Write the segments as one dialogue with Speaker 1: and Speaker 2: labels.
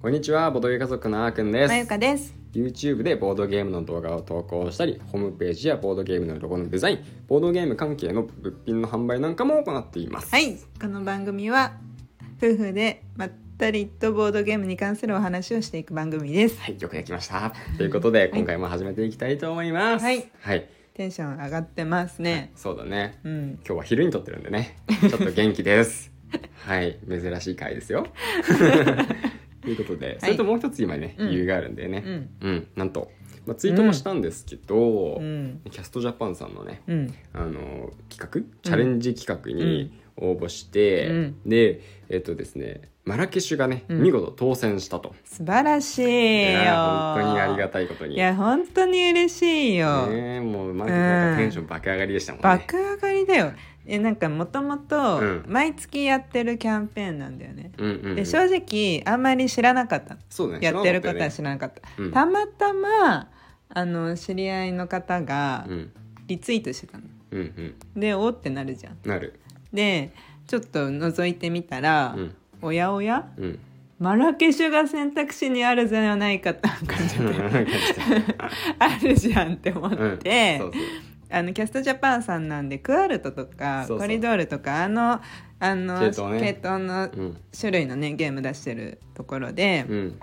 Speaker 1: こんにちはボードゲーム家族のあーくんです、
Speaker 2: まゆかです。
Speaker 1: YouTube でボードゲームの動画を投稿したりホームページやボードゲームのロゴのデザインボードゲーム関係の物品の販売なんかも行っています、
Speaker 2: はい、この番組は夫婦でまったりとボードゲームに関するお話をしていく番組です。
Speaker 1: はい、よくできましたということで今回も始めていきたいと思います
Speaker 2: はい、
Speaker 1: はい、
Speaker 2: テンション上がってますね。
Speaker 1: そうだね
Speaker 2: うん、
Speaker 1: 今日は昼に撮ってるんでねちょっと元気です はい珍しい回ですよということで、それともう一つ今ね
Speaker 2: うん
Speaker 1: 理由があるんでね
Speaker 2: うん、
Speaker 1: うん、なんと、まあ、ツイートもしたんですけど、
Speaker 2: うん、
Speaker 1: キャストジャパンさんのね
Speaker 2: うん、
Speaker 1: あの企画チャレンジ企画に応募して、
Speaker 2: うん
Speaker 1: でえっとですねマラケシュがね、
Speaker 2: うん
Speaker 1: 見事当選したと、
Speaker 2: 素晴らしいよ。
Speaker 1: いや本当にありがたいことに
Speaker 2: いや、本当に嬉しいよ。
Speaker 1: ねえもうまずなんかテンション爆上がりでしたもんね、
Speaker 2: 爆上がりだよ。え、なんかもともと
Speaker 1: うん
Speaker 2: 毎月やってるキャンペーンなんだよね。
Speaker 1: うんうんうん
Speaker 2: で、正直あんまり知らなかったの。
Speaker 1: そうだね
Speaker 2: やってることは
Speaker 1: 知
Speaker 2: 知らなかった。
Speaker 1: らなか
Speaker 2: た
Speaker 1: っ
Speaker 2: またまあの知り合いの方が
Speaker 1: たよねうん
Speaker 2: リツイートしてたの、
Speaker 1: うんうん
Speaker 2: でおーってなるじゃん
Speaker 1: うんなる
Speaker 2: でちょっと覗いてみたら、
Speaker 1: うん
Speaker 2: おやおや
Speaker 1: うん
Speaker 2: マラケシュが選択肢にあるじゃないかと
Speaker 1: なんかして
Speaker 2: あるじゃんって思
Speaker 1: うん
Speaker 2: って、
Speaker 1: そう
Speaker 2: あのキャストジャパンさんなんでクアルトと
Speaker 1: そ
Speaker 2: か
Speaker 1: うそう
Speaker 2: コリドールとかあのあの
Speaker 1: 系統ね
Speaker 2: 統の
Speaker 1: そううん
Speaker 2: 種類のねゲーム出してるところで、
Speaker 1: う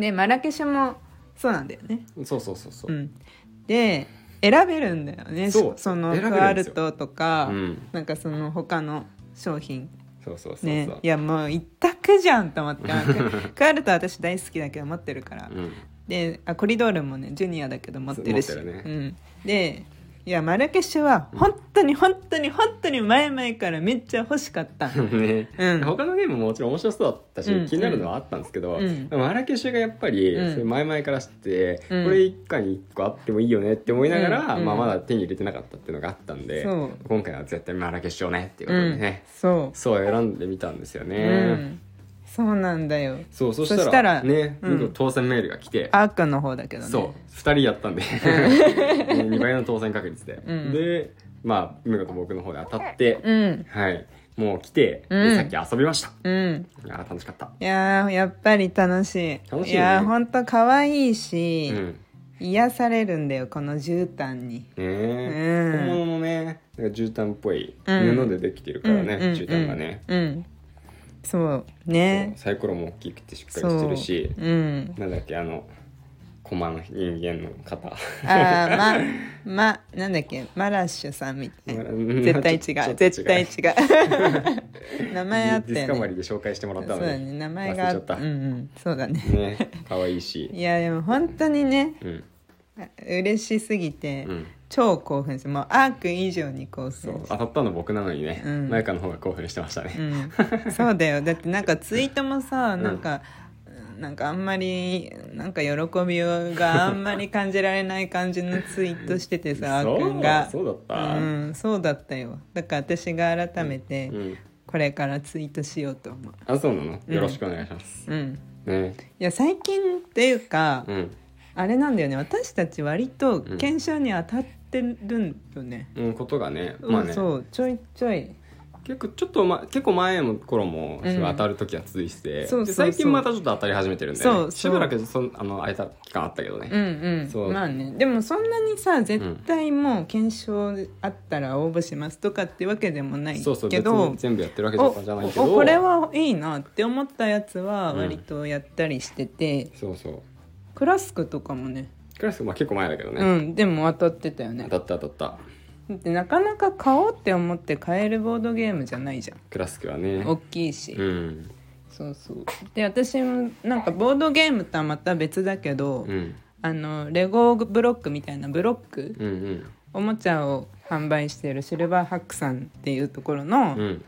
Speaker 2: でマラケシュもそうなんだよね
Speaker 1: んそうそうそうそうう、
Speaker 2: ん、で選べるんだよね
Speaker 1: そう
Speaker 2: その
Speaker 1: 選べるん
Speaker 2: クア
Speaker 1: で
Speaker 2: ル
Speaker 1: すよ
Speaker 2: トとか、
Speaker 1: うん
Speaker 2: なんかその他の商品
Speaker 1: そうそうそうそう、
Speaker 2: ねいやもう一択じゃんと思って ククアルト私大好きだけど持ってるから、
Speaker 1: うん
Speaker 2: であコリドールもねジュニアだけど持ってるし
Speaker 1: 持ってるね
Speaker 2: うん、でいやマルケシュは本当に本当に本当に前々からめっちゃ欲しかった、
Speaker 1: ね
Speaker 2: うん
Speaker 1: 他のゲームももちろん面白そうだったし、
Speaker 2: うん
Speaker 1: 気になるのはあったんですけど、
Speaker 2: うん
Speaker 1: マラケシュがやっぱり、
Speaker 2: うん
Speaker 1: それ前々から知って、
Speaker 2: うん
Speaker 1: これ一家に一個あってもいいよねって思いながら、
Speaker 2: うんうん
Speaker 1: まあ、まだ手に入れてなかったっていうのがあったんで、
Speaker 2: そう
Speaker 1: 今回は絶対マラケシュをねっていうこ
Speaker 2: う
Speaker 1: とで
Speaker 2: ん
Speaker 1: ね、、
Speaker 2: そ
Speaker 1: そう選んでみたんですよ
Speaker 2: う、
Speaker 1: ね、
Speaker 2: うん、そうなんだよ
Speaker 1: そうそしたら
Speaker 2: そしたら
Speaker 1: ね、
Speaker 2: うん
Speaker 1: 見事当選メールが来て
Speaker 2: アークの方だけどね
Speaker 1: そう2人やったんで、2 倍の当選確率で、
Speaker 2: うん
Speaker 1: でまあ見事僕の方で当たって、
Speaker 2: うん
Speaker 1: はいもう来て、で
Speaker 2: うん
Speaker 1: さっき遊びました
Speaker 2: うん
Speaker 1: いやー楽しかった
Speaker 2: いやーやっぱり楽しい
Speaker 1: 楽しいね
Speaker 2: いやーほんと可愛いし、
Speaker 1: うん
Speaker 2: 癒されるんだよこの絨毯に
Speaker 1: ねえ、
Speaker 2: うん
Speaker 1: 本物のねなんか絨毯っぽい
Speaker 2: うん
Speaker 1: 布でできてるからね、
Speaker 2: うんうんうん
Speaker 1: 絨毯がね、
Speaker 2: うんそうね
Speaker 1: そうサイコロも大きくてしっかりしてるし
Speaker 2: そううん
Speaker 1: なんだっけあの駒の人間の方
Speaker 2: あ ーままなんだっけマラッシュさんみたいな 絶対
Speaker 1: ちょち
Speaker 2: 違
Speaker 1: ょっ
Speaker 2: う
Speaker 1: と
Speaker 2: 絶 対違う名前あっ
Speaker 1: ディ
Speaker 2: た
Speaker 1: スカ
Speaker 2: よ
Speaker 1: バリ
Speaker 2: ね
Speaker 1: ーで紹介してもらっ
Speaker 2: そ
Speaker 1: た
Speaker 2: う
Speaker 1: の
Speaker 2: だ
Speaker 1: に
Speaker 2: ね名前
Speaker 1: 忘
Speaker 2: があ
Speaker 1: れちゃった
Speaker 2: うんうんそうだね
Speaker 1: ね可愛いし
Speaker 2: いやでも本当にね
Speaker 1: うん
Speaker 2: 嬉しすぎて、
Speaker 1: うん
Speaker 2: 超興奮してもうアーク以上に興奮して
Speaker 1: そう当たったの僕なのにね、
Speaker 2: うん
Speaker 1: マイカの方が興奮してました
Speaker 2: う
Speaker 1: ね、
Speaker 2: ん、そうだよだってなんかツイートもさ
Speaker 1: ん
Speaker 2: なんか、なんかあんまりなんか喜びがあんまり感じられない感じのツイートしててさあ
Speaker 1: そ
Speaker 2: ー
Speaker 1: う
Speaker 2: くんが
Speaker 1: そうだった、
Speaker 2: うん、そうだったよだから私が改めて
Speaker 1: うん
Speaker 2: これからツイートしようと思う
Speaker 1: あそうなの
Speaker 2: うん
Speaker 1: よろしくお願いします、
Speaker 2: うん
Speaker 1: ね
Speaker 2: いや最近っていうか、
Speaker 1: うん
Speaker 2: あれなんだよね私たち割と検証に当たってるんよね、
Speaker 1: うんことがねまあ
Speaker 2: うん
Speaker 1: ね
Speaker 2: そうちょいちょい
Speaker 1: 結構ちょっと、ま、結構前の頃も
Speaker 2: うん
Speaker 1: その当たる時は続いてて、
Speaker 2: そ
Speaker 1: で
Speaker 2: うそうそう
Speaker 1: 最近またちょっと当たり始めてるんで、ね、
Speaker 2: そうそう
Speaker 1: しばらくそんあの空いた期間あったけど
Speaker 2: う
Speaker 1: ね、
Speaker 2: ん、
Speaker 1: そううん
Speaker 2: まあねでもそんなにさ絶対もう検証あったら応募しますとかってわけでもないけど
Speaker 1: そうそう別に全部やってるわけ
Speaker 2: お
Speaker 1: じゃないけど
Speaker 2: おこれはいいなって思ったやつは
Speaker 1: うん
Speaker 2: 割とやったりしてて、
Speaker 1: そうそう
Speaker 2: クラスクとかもね
Speaker 1: クラス、まあ、結構前だけどね、
Speaker 2: うんでも当たってたよね
Speaker 1: 当たった当たった
Speaker 2: だってなかなか買おうって思って買えるボードゲームじゃないじゃん
Speaker 1: クラスクはね
Speaker 2: 大きいし、
Speaker 1: うん
Speaker 2: そうそうで私もなんかボードゲームとはまた別だけど、
Speaker 1: うん
Speaker 2: あのレゴブロックみたいなブロック
Speaker 1: うんうん
Speaker 2: おもちゃを販売しているシルバーハックさんっていうところの,、
Speaker 1: うん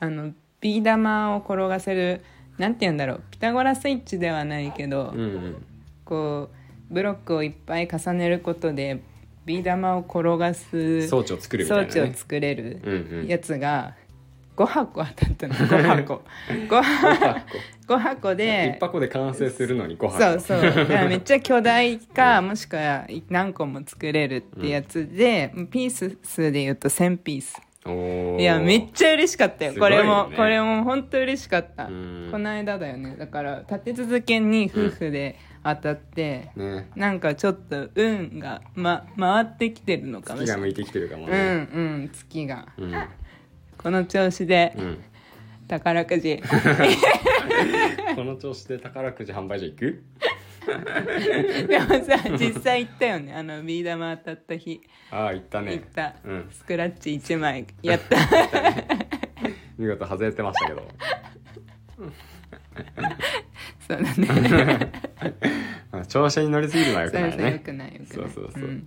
Speaker 2: あのビー玉を転がせるなんて言うんだろうピタゴラスイッチではないけど、
Speaker 1: うんうん
Speaker 2: こうブロックをいっぱい重ねることでビー玉を転がす
Speaker 1: 装置
Speaker 2: 装
Speaker 1: を作るみたいな、
Speaker 2: 置を
Speaker 1: ね、
Speaker 2: 作れる
Speaker 1: うんうん
Speaker 2: やつが5箱当たったの5箱 5,
Speaker 1: 5
Speaker 2: 5箱で
Speaker 1: 1箱で完成するのに5箱
Speaker 2: そうそうだからめっちゃ巨大かもしくは何個も作れるってやつで、ピース数で言うと1,000ピース
Speaker 1: おおー
Speaker 2: いやめっちゃ嬉しかったよ
Speaker 1: すご
Speaker 2: こ
Speaker 1: い
Speaker 2: れ
Speaker 1: よね
Speaker 2: もこれも本当嬉しかったこ
Speaker 1: うん
Speaker 2: の間だよねだから立て続けに夫婦で当たって、
Speaker 1: ね
Speaker 2: なんかちょっと運が、ま、回ってきてるのかも
Speaker 1: 月
Speaker 2: しれ
Speaker 1: が
Speaker 2: な
Speaker 1: 向
Speaker 2: い
Speaker 1: いてきてるかも
Speaker 2: うん
Speaker 1: ね
Speaker 2: うん月が
Speaker 1: うん、
Speaker 2: この調子で
Speaker 1: うん、
Speaker 2: 宝く じ
Speaker 1: この調子で宝くじ販売所行く
Speaker 2: でもさ実際行ったよねあのビー玉当たった日
Speaker 1: ああ行った
Speaker 2: 行っ
Speaker 1: ね
Speaker 2: た、
Speaker 1: うん
Speaker 2: スクラッチ1枚やった
Speaker 1: 見事外れてましたけど
Speaker 2: そうだね
Speaker 1: あ調子に乗りすぎるのはよく
Speaker 2: そ
Speaker 1: な
Speaker 2: う
Speaker 1: い
Speaker 2: そうよ
Speaker 1: ね
Speaker 2: くないよくない
Speaker 1: そうそうそうん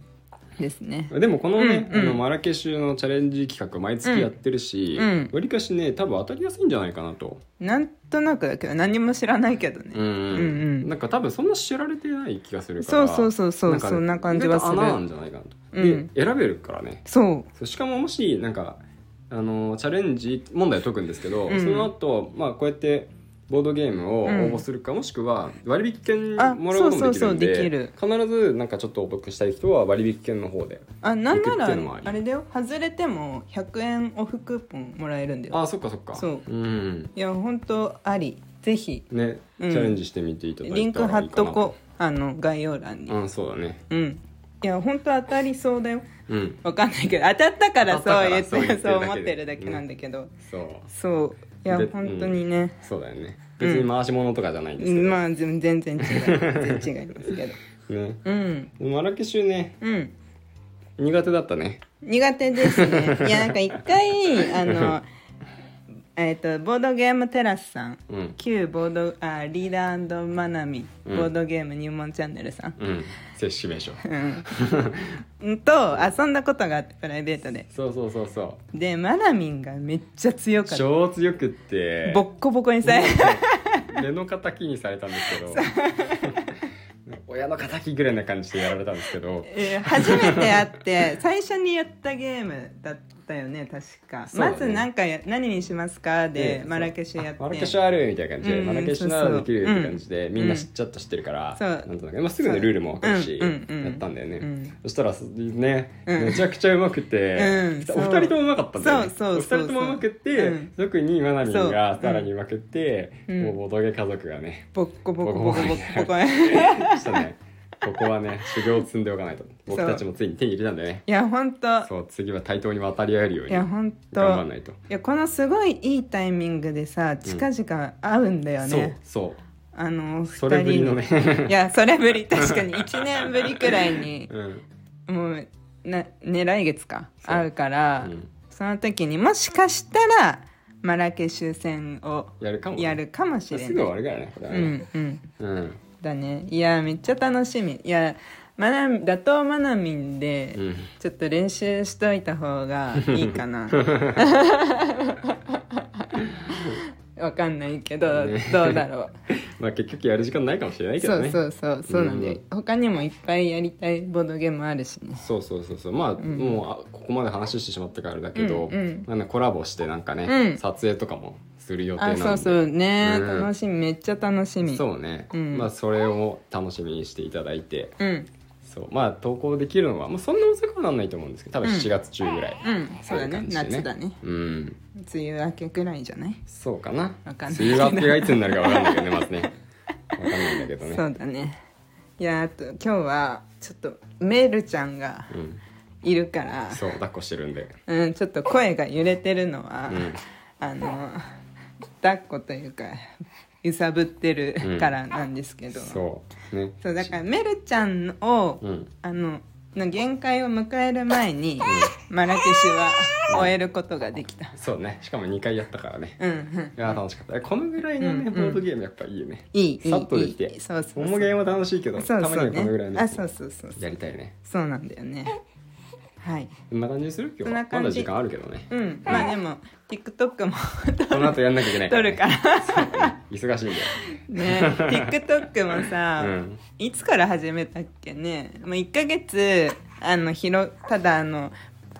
Speaker 2: ですね
Speaker 1: でもこのね、
Speaker 2: うんうん
Speaker 1: あのマラケシュのチャレンジ企画毎月やってるし
Speaker 2: うんうん
Speaker 1: わり、かしね多分当たりやすいんじゃないかなと、
Speaker 2: なんとなくだけど何も知らないけどね、
Speaker 1: うんうん
Speaker 2: うんうん
Speaker 1: なんか多分そんな知られてない気がするか
Speaker 2: そ
Speaker 1: ら
Speaker 2: うそうそうそう
Speaker 1: か
Speaker 2: そんな感じはする
Speaker 1: 意外と穴なんじゃないかなと、
Speaker 2: うん
Speaker 1: で選べるからね
Speaker 2: そう
Speaker 1: そうしかももしなんかあのチャレンジ問題を解くんですけど、
Speaker 2: うん
Speaker 1: その後、まあこうやってボードゲームを応募するか、もしくは割引券もらうこともできるんで
Speaker 2: あそうそうそうできる
Speaker 1: 必ずなんかちょっとお得したい人は割引券の方で
Speaker 2: あなんな
Speaker 1: 行くっていうのもあ
Speaker 2: ら
Speaker 1: り
Speaker 2: あれだよ外れても100円オフクーポンもらえるんだよ
Speaker 1: あそっかそっか
Speaker 2: そうんいや本当ありぜひ
Speaker 1: ね、
Speaker 2: うん
Speaker 1: チャレンジしてみていただいたら
Speaker 2: リ
Speaker 1: いい
Speaker 2: ン
Speaker 1: か
Speaker 2: ク
Speaker 1: な
Speaker 2: 貼っとこうあの概要欄に
Speaker 1: うんそうだね
Speaker 2: うんいや本当当たりそうだよ
Speaker 1: うん
Speaker 2: わかんないけど当たったから
Speaker 1: 当た
Speaker 2: そう
Speaker 1: ったから
Speaker 2: 言っ
Speaker 1: そう言ってて
Speaker 2: そう
Speaker 1: るだけで
Speaker 2: 思ってるだけなんだけど
Speaker 1: そう
Speaker 2: そういや
Speaker 1: で
Speaker 2: 本当にね
Speaker 1: そうだよね別に回し物とかじゃないんですけど、
Speaker 2: まあ全然違う全然違いますけど
Speaker 1: ね
Speaker 2: うん
Speaker 1: マラケシュね
Speaker 2: うん
Speaker 1: 苦手だったね
Speaker 2: 苦手です ねいやなんか一回あのえっ、とボードゲームテラスさん
Speaker 1: うん
Speaker 2: 旧ボードあリーダーマナミボ
Speaker 1: うん
Speaker 2: ードゲーム入門チャンネルさん、
Speaker 1: うん接種名称
Speaker 2: うん、と遊んだことがあってプライベートで
Speaker 1: そうそうそうそ
Speaker 2: でマナミンがめっちゃ強か
Speaker 1: う
Speaker 2: った
Speaker 1: 超強くって
Speaker 2: ボッコボコにされ
Speaker 1: 目の敵にされたんですけど 親の敵ぐらいな感じでやられたんですけど
Speaker 2: えー初めて会って 最初にやったゲームだったよね確か、
Speaker 1: そうだね
Speaker 2: まずなんかや何にしますかで、マラケシュやって
Speaker 1: あマラケシュあるみたいな感じで、
Speaker 2: うん
Speaker 1: マラケシュならできるっ
Speaker 2: そうそう
Speaker 1: て感じで、
Speaker 2: うん
Speaker 1: みんな知っちゃっと知ってるから、
Speaker 2: そう
Speaker 1: なんとなく、まあ、すぐねルールも分かるし、
Speaker 2: うんうんうん
Speaker 1: やったんだよね、
Speaker 2: うん
Speaker 1: そしたらね、
Speaker 2: うん
Speaker 1: めちゃくちゃうまくて、
Speaker 2: うんそう
Speaker 1: お二人ともうまかったんだよね
Speaker 2: そうそうそ
Speaker 1: お
Speaker 2: う
Speaker 1: 二人ともうまくって、
Speaker 2: うん
Speaker 1: 特にマナミン
Speaker 2: そ
Speaker 1: が
Speaker 2: う
Speaker 1: さらにうまくって、
Speaker 2: うん
Speaker 1: もうボドゲ家族がね
Speaker 2: ボッコボコボコボコボコボコ い
Speaker 1: したねここはね修行を積んでおかないと僕たちもついに手に入れたんだよね
Speaker 2: や本当
Speaker 1: そう次は対等に渡り合えるように
Speaker 2: いや本当
Speaker 1: 頑張んないと
Speaker 2: いやこのすごいいいタイミングでさ近々会うんだよ
Speaker 1: そう
Speaker 2: ね、
Speaker 1: そう
Speaker 2: あのお二人
Speaker 1: それぶりのね
Speaker 2: いやそれぶり確かに1年ぶりくらいに
Speaker 1: うん
Speaker 2: もうな、ね、来月か
Speaker 1: そう
Speaker 2: 会うから、
Speaker 1: うん
Speaker 2: その時にもしかしたらマラケシュ戦を
Speaker 1: やるかもね
Speaker 2: やるかもしれ
Speaker 1: すぐ終
Speaker 2: ない、
Speaker 1: わるからねこれは
Speaker 2: う
Speaker 1: ね
Speaker 2: んうん
Speaker 1: うん
Speaker 2: だねいやめっちゃ楽しみいやマナ打倒マナミンで、
Speaker 1: うん
Speaker 2: ちょっと練習しといた方がいいかな わかんないけど、
Speaker 1: ね
Speaker 2: どうだろ
Speaker 1: まあ結局やる時間ないかもしれな
Speaker 2: う
Speaker 1: いけ
Speaker 2: そ
Speaker 1: ど
Speaker 2: う
Speaker 1: ね
Speaker 2: そうそうそうなんで、
Speaker 1: うん
Speaker 2: 他にもいっぱいやりたいボードゲームあるしね
Speaker 1: そうそうそうそうまあ、もうあここまで話してしまったからあれだけど、
Speaker 2: うんうん
Speaker 1: まあね、コラボしてなんかね、
Speaker 2: うん
Speaker 1: 撮影とかもする予定なん
Speaker 2: あ
Speaker 1: で
Speaker 2: そうそうね、
Speaker 1: うん
Speaker 2: 楽しみめっちゃ楽しみう
Speaker 1: そうね、
Speaker 2: うん
Speaker 1: まあそれを楽しみにしていただいて
Speaker 2: ん
Speaker 1: そうまあ投稿できるのは、まあ、そんな遅くはなんないと思うんですけど多分
Speaker 2: うん
Speaker 1: 7月中ぐらい、
Speaker 2: うんそうだね
Speaker 1: 感じで
Speaker 2: 夏だね
Speaker 1: うん
Speaker 2: 梅雨明けくらいじゃない
Speaker 1: そうかな
Speaker 2: わかんない
Speaker 1: 梅雨明けがいつになるかわかんないけどねまずね わかんないんだけどね
Speaker 2: そうだねいやあと今日はちょっとメールちゃんが
Speaker 1: うん、
Speaker 2: いるから
Speaker 1: そう抱っこしてるんで
Speaker 2: うん、ちょっと声が揺れてるのは、
Speaker 1: うん
Speaker 2: あの抱っこというか揺さぶってるからなんですけど、そう
Speaker 1: そうね
Speaker 2: だからメルちゃんを、
Speaker 1: うん
Speaker 2: あのの限界を迎える前に、マラケシュは終えることができた、
Speaker 1: そうねしかも2回やったからね
Speaker 2: うんうん、
Speaker 1: いやー楽しかったこのぐらいのね、ボードゲームやっぱいいよね
Speaker 2: いいいい
Speaker 1: さっとできて
Speaker 2: いいそうそうそう
Speaker 1: 重ゲーは楽しいけど
Speaker 2: そう
Speaker 1: たまに
Speaker 2: そう
Speaker 1: はこのぐらい
Speaker 2: ね
Speaker 1: の
Speaker 2: あそうそうそう
Speaker 1: やりたいね
Speaker 2: そうなんだよねはい
Speaker 1: こんな感じにする今
Speaker 2: そん
Speaker 1: 日
Speaker 2: な
Speaker 1: ま
Speaker 2: 感
Speaker 1: だ
Speaker 2: じ
Speaker 1: 時間あるけど ね
Speaker 2: うんまあでも TikTok も
Speaker 1: この後やんなきゃいけない
Speaker 2: 撮るから
Speaker 1: ら忙し いんだよ
Speaker 2: ね TikTok もさ、
Speaker 1: うん
Speaker 2: いつから始めたっけねもう1ヶ月あのひろただあの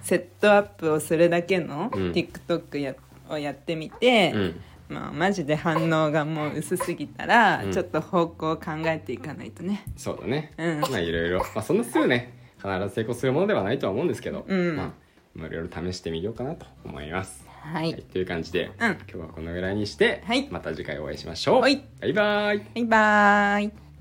Speaker 2: セットアップをするだけの
Speaker 1: うん
Speaker 2: TikTok や、をやってみて、
Speaker 1: うん
Speaker 2: まあ、マジで反応がもう薄すぎたら、
Speaker 1: うん
Speaker 2: ちょっと方向を考えていかないとね
Speaker 1: そうだね、
Speaker 2: うん
Speaker 1: まあいろいろまあそんなすぐね必ず成功するものではないとは思うんですけど、
Speaker 2: うん
Speaker 1: まあまあいろいろ試してみようかなと思います。
Speaker 2: は
Speaker 1: はい
Speaker 2: い、
Speaker 1: という感じで、
Speaker 2: うん
Speaker 1: 今日はこのぐらいにして、
Speaker 2: はい
Speaker 1: また次回お会いしましょう。
Speaker 2: はい
Speaker 1: バイバイ。
Speaker 2: バイバーイ